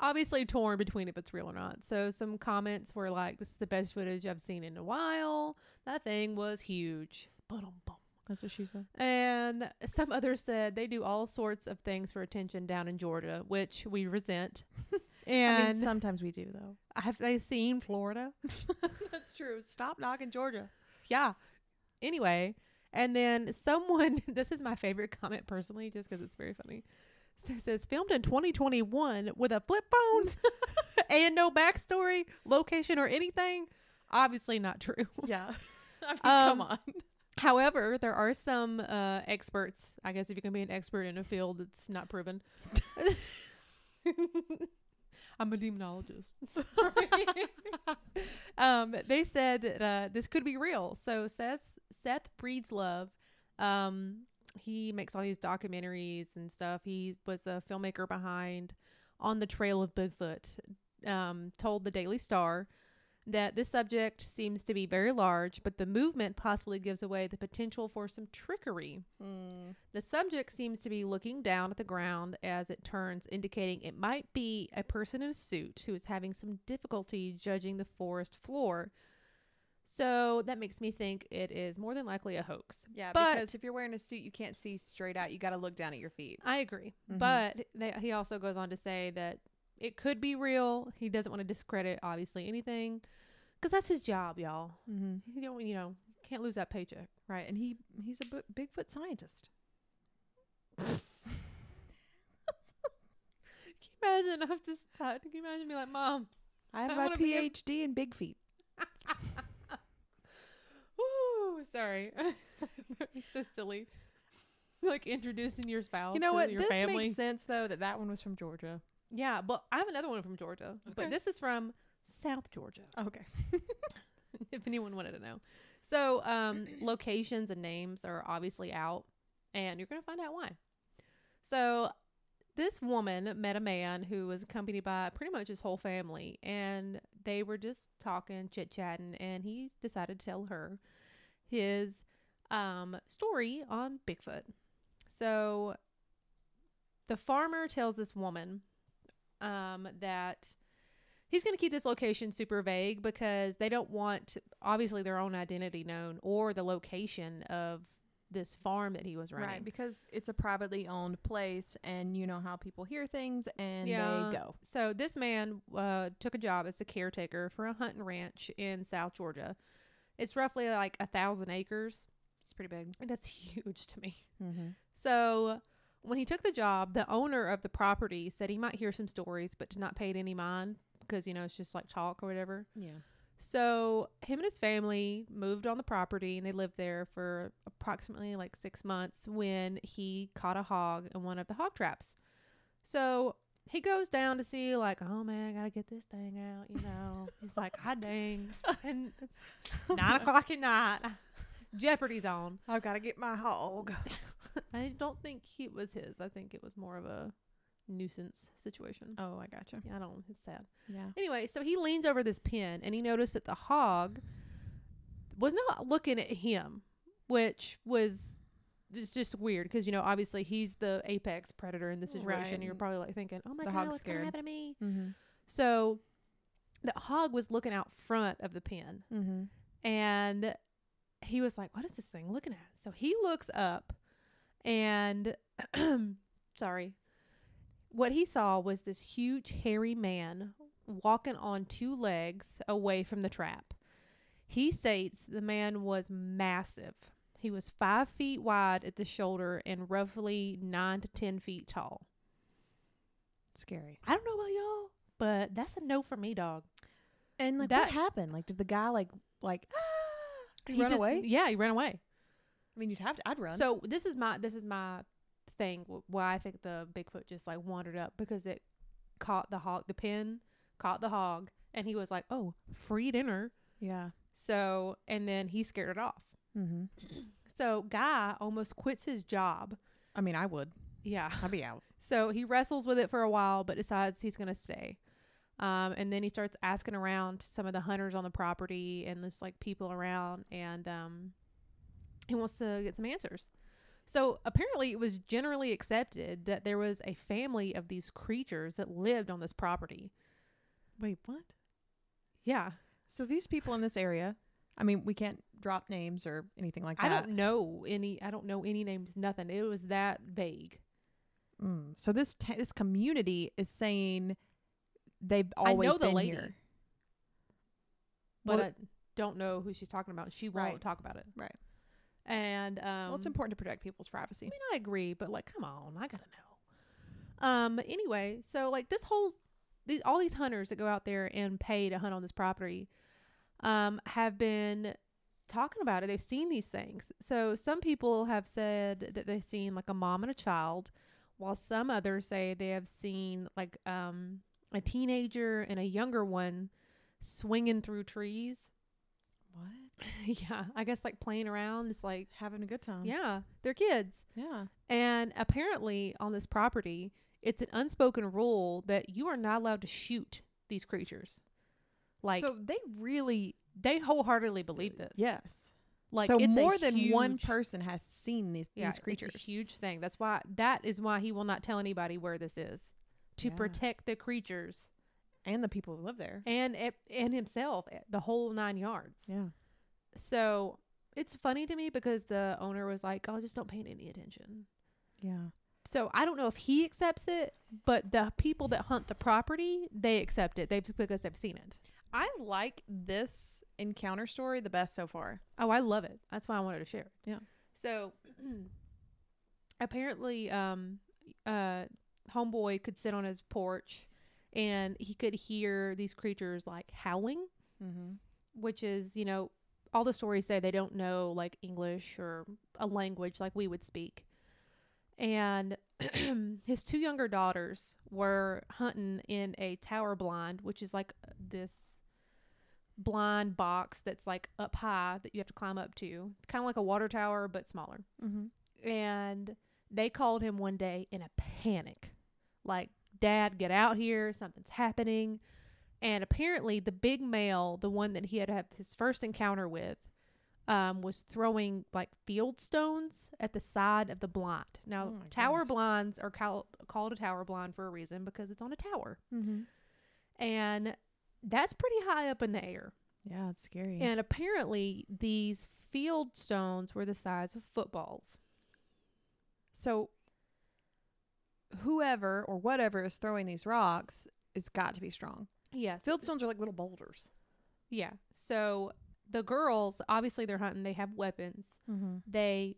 Speaker 1: obviously torn between if it's real or not. So some comments were like, "This is the best footage I've seen in a while. That thing was huge." Ba-dum-bum.
Speaker 2: That's what she said.
Speaker 1: And some others said they do all sorts of things for attention down in Georgia, which we resent.
Speaker 2: I mean,
Speaker 1: And
Speaker 2: sometimes we do though.
Speaker 1: have they seen Florida?
Speaker 2: That's true. Stop knocking Georgia.
Speaker 1: yeah. Anyway, and then someone, this is my favorite comment personally, just because it's very funny. So it says, filmed in 2021 with a flip phone and no backstory, location, or anything. Obviously not true.
Speaker 2: Yeah. I mean,
Speaker 1: Um,
Speaker 2: come on.
Speaker 1: However, there are some uh, experts. I guess if you can be an expert in a field that's not proven, I'm a demonologist. Sorry. um, they said that uh, this could be real. So Seth Seth Breedslove, um, he makes all these documentaries and stuff. He was the filmmaker behind on the trail of Bigfoot um, told the Daily Star that this subject seems to be very large, but the movement possibly gives away the potential for some trickery.
Speaker 2: Mm.
Speaker 1: The subject seems to be looking down at the ground as it turns, indicating it might be a person in a suit who is having some difficulty judging the forest floor. So that makes me think it is more than likely a hoax.
Speaker 2: Yeah,
Speaker 1: But-
Speaker 2: because if you're wearing a suit, you can't see straight out. You got to look down at your feet.
Speaker 1: I agree.
Speaker 2: Mhm.
Speaker 1: But they, he also goes on to say that it could be real. He doesn't want to discredit, obviously, anything because that's his job, y'all.
Speaker 2: Mm-hmm.
Speaker 1: You don't, you know, can't lose that paycheck.
Speaker 2: Right, and he he's a B- Bigfoot scientist.
Speaker 1: Can you imagine? I'm just tired. Can you imagine me like, Mom?
Speaker 2: I have
Speaker 1: I
Speaker 2: my
Speaker 1: wanna be a-
Speaker 2: PhD in big feet.
Speaker 1: Woo, sorry. That'd be so silly. Like introducing your spouse.
Speaker 2: You know
Speaker 1: to
Speaker 2: what?
Speaker 1: Your
Speaker 2: This
Speaker 1: family.
Speaker 2: makes sense though that that one was from Georgia.
Speaker 1: Yeah, but I have another one from Georgia,
Speaker 2: Okay.
Speaker 1: but this is from South Georgia.
Speaker 2: Okay.
Speaker 1: if anyone wanted to know. So, um, locations and names are obviously out, and you're going to find out why. So, this woman met a man who was accompanied by pretty much his whole family, and they were just talking, chit chatting, and he decided to tell her his um, story on Bigfoot. So, the farmer tells this woman um, that he's going to keep this location super vague because they don't want obviously their own identity known or the location of this farm that he was running.
Speaker 2: Right, because it's a privately owned place, and you know how people hear things and
Speaker 1: Yeah.
Speaker 2: they go.
Speaker 1: So this man uh, took a job as a caretaker for a hunting ranch in South Georgia. It's roughly like a thousand acres.
Speaker 2: It's pretty big.
Speaker 1: That's huge to me.
Speaker 2: Mm-hmm.
Speaker 1: So when he took the job, the owner of the property said he might hear some stories, but did not pay it any mind because you know it's just like talk or whatever.
Speaker 2: Yeah.
Speaker 1: So him and his family moved on the property and they lived there for approximately like six months when he caught a hog in one of the hog traps. So he goes down to see like, oh man, I gotta get this thing out, you know. He's like, hot dang, it's fucking nine o'clock at night. Jeopardy's on.
Speaker 2: I've got to get my hog.
Speaker 1: I don't think he was his. I think it was more of a nuisance situation.
Speaker 2: Oh, I gotcha.
Speaker 1: Yeah, I don't. It's sad.
Speaker 2: Yeah.
Speaker 1: Anyway, so he leans over this pin and he noticed that the hog was not looking at him, which was it's just weird because you know obviously he's the apex predator in this situation.
Speaker 2: Right.
Speaker 1: And you're probably like thinking, "Oh my
Speaker 2: The
Speaker 1: god,
Speaker 2: hog's
Speaker 1: what's going
Speaker 2: scared.
Speaker 1: to happen to me?"
Speaker 2: Mm-hmm.
Speaker 1: So the hog was looking out front of the pen
Speaker 2: Mm-hmm.
Speaker 1: and he was like, "What is this thing looking at?" So he looks up, and sorry, what he saw was this huge hairy man walking on two legs away from the trap. He states the man was massive. He was five feet wide at the shoulder and roughly nine to ten feet tall.
Speaker 2: Scary.
Speaker 1: I don't know about y'all, but that's a no for me, dog.
Speaker 2: And like,
Speaker 1: That-
Speaker 2: what happened? Like, did the guy like like ah? He,
Speaker 1: just-
Speaker 2: away?
Speaker 1: Yeah, he ran away.
Speaker 2: I mean, you'd have to. I'd run.
Speaker 1: So this is my this is my thing w- why I think the Bigfoot just like wandered up because it caught the hog, the pin caught the hog, and he was like, "Oh, free dinner."
Speaker 2: yeah.
Speaker 1: So and then he scared it off.
Speaker 2: Mm-hmm.
Speaker 1: So guy almost quits his job.
Speaker 2: I mean, I would.
Speaker 1: Yeah.
Speaker 2: I'd be out.
Speaker 1: So he wrestles with it for a while, but decides he's going to stay. Um, and then he starts asking around to some of the hunters on the property and there's like people around, and um, he wants to get some answers. So apparently, it was generally accepted that there was a family of these creatures that lived on this property.
Speaker 2: Wait, what?
Speaker 1: Yeah,
Speaker 2: So these people in this area. I mean, we can't drop names or anything like
Speaker 1: I
Speaker 2: that.
Speaker 1: don't know any. I don't know any names. Nothing. It was that vague.
Speaker 2: Mm. So this ta this community is saying they've always
Speaker 1: I know the
Speaker 2: been
Speaker 1: lady,
Speaker 2: here.
Speaker 1: but
Speaker 2: Well,
Speaker 1: I don't know who she's talking about. She won't
Speaker 2: Right.
Speaker 1: talk about it.
Speaker 2: Right.
Speaker 1: And um,
Speaker 2: well, it's important to protect people's privacy.
Speaker 1: I mean, I agree, but like, come on, I gotta know. Um. Anyway, so like this whole, these all these hunters that go out there and pay to hunt on this property, um, have been talking about it. They've seen these things. So some people have said that they've seen like a mom and a child, while some others say they have seen like um a teenager and a younger one swinging through trees.
Speaker 2: What?
Speaker 1: yeah, I guess like playing around. It's like,
Speaker 2: Having a good time.
Speaker 1: yeah, they're kids.
Speaker 2: Yeah.
Speaker 1: And apparently, on this property, it's an unspoken rule that you are not allowed to shoot these creatures. Like
Speaker 2: so they really
Speaker 1: they wholeheartedly believe this.
Speaker 2: yes.
Speaker 1: Like
Speaker 2: so
Speaker 1: it's a
Speaker 2: more than one
Speaker 1: huge-
Speaker 2: person has seen these,
Speaker 1: yeah,
Speaker 2: these creatures.
Speaker 1: It's a huge thing. That's why that is why he will not tell anybody where this is to
Speaker 2: Yeah.
Speaker 1: protect the creatures
Speaker 2: and the people who live there.
Speaker 1: and it, and himself, eh, the whole nine yards.
Speaker 2: Yeah.
Speaker 1: So it's funny to me because the owner was like, "Oh, just don't pay it any attention."
Speaker 2: Yeah.
Speaker 1: so I don't know if he accepts it, but the people that hunt the property, they accept it. They because they've seen it.
Speaker 2: I like this encounter story the best so far.
Speaker 1: Oh, I love it. That's why I wanted to share. it.
Speaker 2: Yeah.
Speaker 1: So apparently, um, uh, homeboy could sit on his porch, and he could hear these creatures like howling,
Speaker 2: Mm-hmm.
Speaker 1: which is you know all the stories say they don't know like English or a language like we would speak. And his two younger daughters were hunting in a tower blind, which is like this blind box that's like up high that you have to climb up to. It's kind of like a water tower, but smaller.
Speaker 2: Mm-hmm.
Speaker 1: And they called him one day in a panic like, Dad, get out here. Something's happening. And apparently, the big male, the one that he had had his first encounter with, um, was throwing like field stones at the side of the blind. Now,
Speaker 2: Oh my
Speaker 1: tower
Speaker 2: goodness.
Speaker 1: blinds are called, called a tower blind for a reason because it's on a tower.
Speaker 2: Mm-hmm.
Speaker 1: And that's pretty high up in the air.
Speaker 2: Yeah, it's scary.
Speaker 1: And apparently, these field stones were the size of footballs.
Speaker 2: so whoever or whatever is throwing these rocks has got to be strong.
Speaker 1: Yes.
Speaker 2: Fieldstones are like little boulders.
Speaker 1: Yeah. So the girls, obviously, they're hunting. They have weapons.
Speaker 2: Mm-hmm.
Speaker 1: They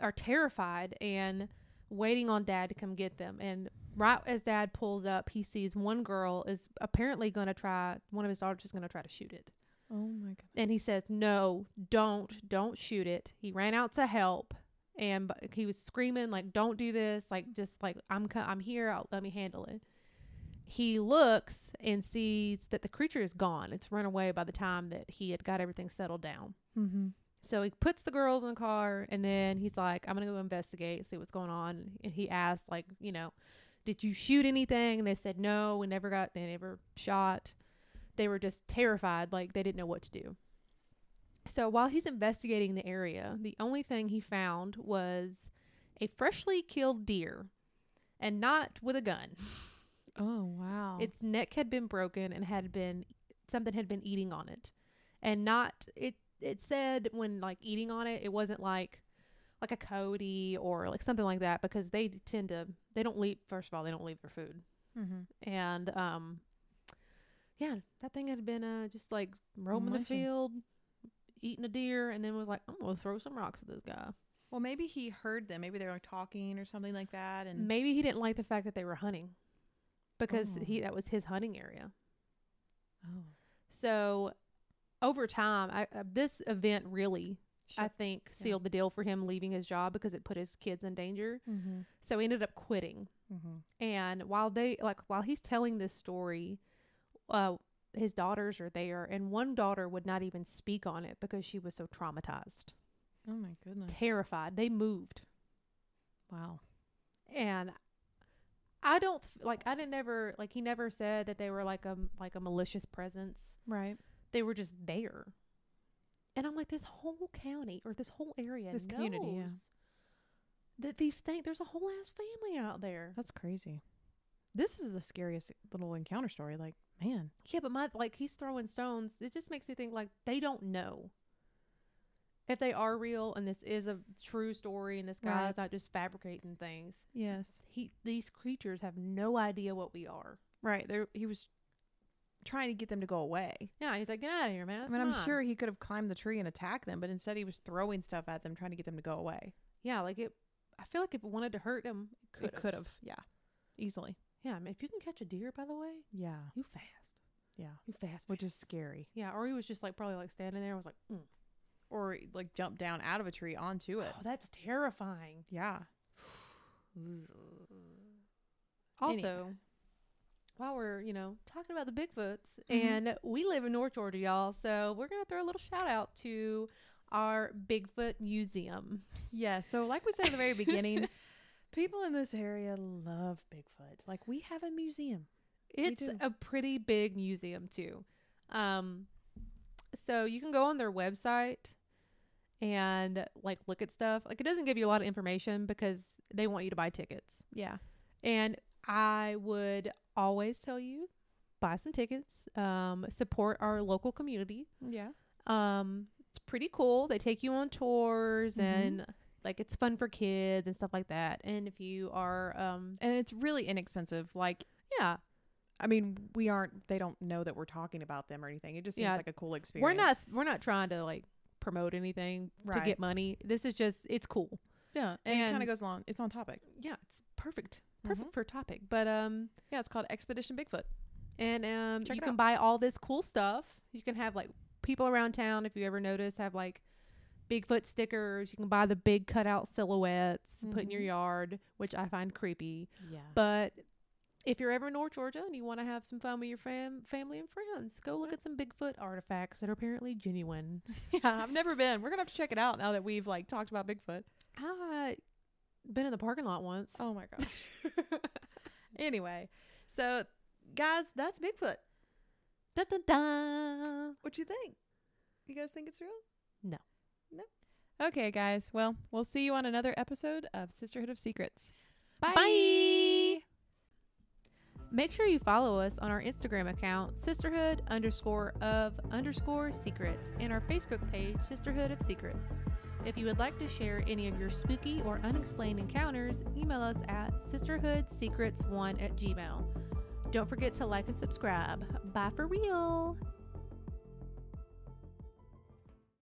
Speaker 1: are terrified and waiting on dad to come get them. And right as dad pulls up, he sees one girl is apparently going to try, one of his daughters is going to try to shoot it.
Speaker 2: Oh my god.
Speaker 1: And he says, No, don't, don't shoot it. He ran out to help. And b- he was screaming like, "Don't do this! Like, just like I'm, co- I'm here. I'll, let me handle it." He looks and sees that the creature is gone. It's run away by the time that he had got everything settled down.
Speaker 2: Mm-hmm.
Speaker 1: So he puts the girls in the car and then he's like, I'm gonna go investigate, see what's going on. And he asked, like, you know, did you shoot anything? And they said no, we never got they never shot. They were just terrified, like they didn't know what to do. So while he's investigating the area, the only thing he found was a freshly killed deer and not with a gun.
Speaker 2: Oh wow.
Speaker 1: Its neck had been broken and had been something had been eating on it, and not it. It said when like eating on it, it wasn't like like a cody or like something like that because they tend to they don't leave. First of all, they don't leave their food,
Speaker 2: mm-hmm.
Speaker 1: and um, yeah, that thing had been uh just like roaming the
Speaker 2: Munching.
Speaker 1: field, eating a deer, and then was like, I'm gonna throw some rocks at this guy.
Speaker 2: Well, maybe he heard them. Maybe they were like, talking or something like that. And
Speaker 1: Maybe he didn't like the fact that they were hunting because
Speaker 2: Oh.
Speaker 1: he that was his hunting area.
Speaker 2: oh,
Speaker 1: So over time, I, uh, this event really, I
Speaker 2: Sure.
Speaker 1: think,
Speaker 2: Yeah.
Speaker 1: sealed the deal for him leaving his job because it put his kids in danger.
Speaker 2: mm-hmm.
Speaker 1: So he ended up quitting.
Speaker 2: Mm-hmm.
Speaker 1: And while they, like, while he's telling this story, uh, his daughters are there, and one daughter would not even speak on it because she was so traumatized,
Speaker 2: oh my goodness.
Speaker 1: terrified. They moved,
Speaker 2: Wow.
Speaker 1: and I don't like. I didn't ever like. He never said that they were like a like a malicious presence.
Speaker 2: Right.
Speaker 1: they were just there. And I'm like, this whole county or this whole area,
Speaker 2: This
Speaker 1: this
Speaker 2: community, yeah.
Speaker 1: that these things. There's a whole ass family out there.
Speaker 2: That's crazy. This is the scariest little encounter story. Like, man.
Speaker 1: Yeah, but my like he's throwing stones. It just makes me think like they don't know if they are real and this is a true story and this guy
Speaker 2: Right.
Speaker 1: is not just fabricating things.
Speaker 2: Yes.
Speaker 1: He these creatures have no idea what we are.
Speaker 2: Right. There. He was trying to get them to go away.
Speaker 1: Yeah, he's like, get out of here, man.
Speaker 2: I
Speaker 1: That's
Speaker 2: mean, I'm
Speaker 1: mine."
Speaker 2: sure he could have climbed the tree and attacked them, but instead he was throwing stuff at them, trying to get them to go away.
Speaker 1: Yeah, like it. I feel like if it wanted to hurt him, it
Speaker 2: It
Speaker 1: could
Speaker 2: could
Speaker 1: have.
Speaker 2: have. Yeah. Easily.
Speaker 1: Yeah, I mean, if you can catch a deer, by the way,
Speaker 2: Yeah.
Speaker 1: you fast.
Speaker 2: Yeah.
Speaker 1: You fast.
Speaker 2: Which is scary.
Speaker 1: Yeah, or he was just like probably like standing there and was like, mm,
Speaker 2: Or like jump down out of a tree onto it.
Speaker 1: "Oh, that's terrifying."
Speaker 2: Yeah.
Speaker 1: Also, while we're you know talking about the Bigfoots,
Speaker 2: Mm-hmm.
Speaker 1: and we live in North Georgia, y'all, so we're gonna throw a little shout out to our Bigfoot Museum.
Speaker 2: Yeah. So, like we said at the very beginning, people in this area love Bigfoot. Like, we have a museum.
Speaker 1: It's
Speaker 2: do.
Speaker 1: a pretty big museum too. Um, so you can go on their website and like look at stuff. Like it doesn't give you a lot of information because they want you to buy tickets.
Speaker 2: Yeah.
Speaker 1: And I would always tell you buy some tickets, um, support our local community.
Speaker 2: Yeah.
Speaker 1: Um, it's pretty cool. They take you on tours
Speaker 2: Mhm.
Speaker 1: and like it's fun for kids and stuff like that. And if you are, um,
Speaker 2: And it's really inexpensive. Like,
Speaker 1: yeah,
Speaker 2: I mean, we aren't, they don't know that we're talking about them or anything. It just seems
Speaker 1: Yeah.
Speaker 2: like a cool experience.
Speaker 1: we're not we're not trying to like promote anything to
Speaker 2: Right.
Speaker 1: get money. This is just it's cool.
Speaker 2: Yeah. And, it
Speaker 1: and-
Speaker 2: kind of goes along. It's on topic.
Speaker 1: Yeah, it's perfect, perfect for topic. But um,
Speaker 2: Yeah. It's called Expedition Bigfoot.
Speaker 1: and um,
Speaker 2: Check
Speaker 1: you
Speaker 2: it
Speaker 1: can
Speaker 2: out.
Speaker 1: buy all this cool stuff. You can have like people around town, if you ever notice, have like Bigfoot stickers. You can buy the big cutout silhouettes, to put in your
Speaker 2: Mhm.
Speaker 1: yard, which I find creepy.
Speaker 2: Yeah.
Speaker 1: But if you're ever in North Georgia and you want to have some fun with your fam- family and friends, go look at some Bigfoot artifacts that are apparently genuine.
Speaker 2: yeah. I've never been. We're going to have to check it out now that we've like talked about Bigfoot.
Speaker 1: I been in the parking lot once.
Speaker 2: Oh my gosh. anyway, so guys, that's Bigfoot.
Speaker 1: Da, da, da.
Speaker 2: What you think? You guys think it's real?
Speaker 1: No.
Speaker 2: No. Okay, guys. Well, we'll see you on another episode of Sisterhood of Secrets.
Speaker 1: Bye. Make sure you follow us on our Instagram account, sisterhood underscore of underscore secrets, and our Facebook page, Sisterhood of Secrets. If you would like to share any of your spooky or unexplained encounters, email us at sisterhoodsecrets1 at gmail. Don't forget to like and subscribe. Bye for real.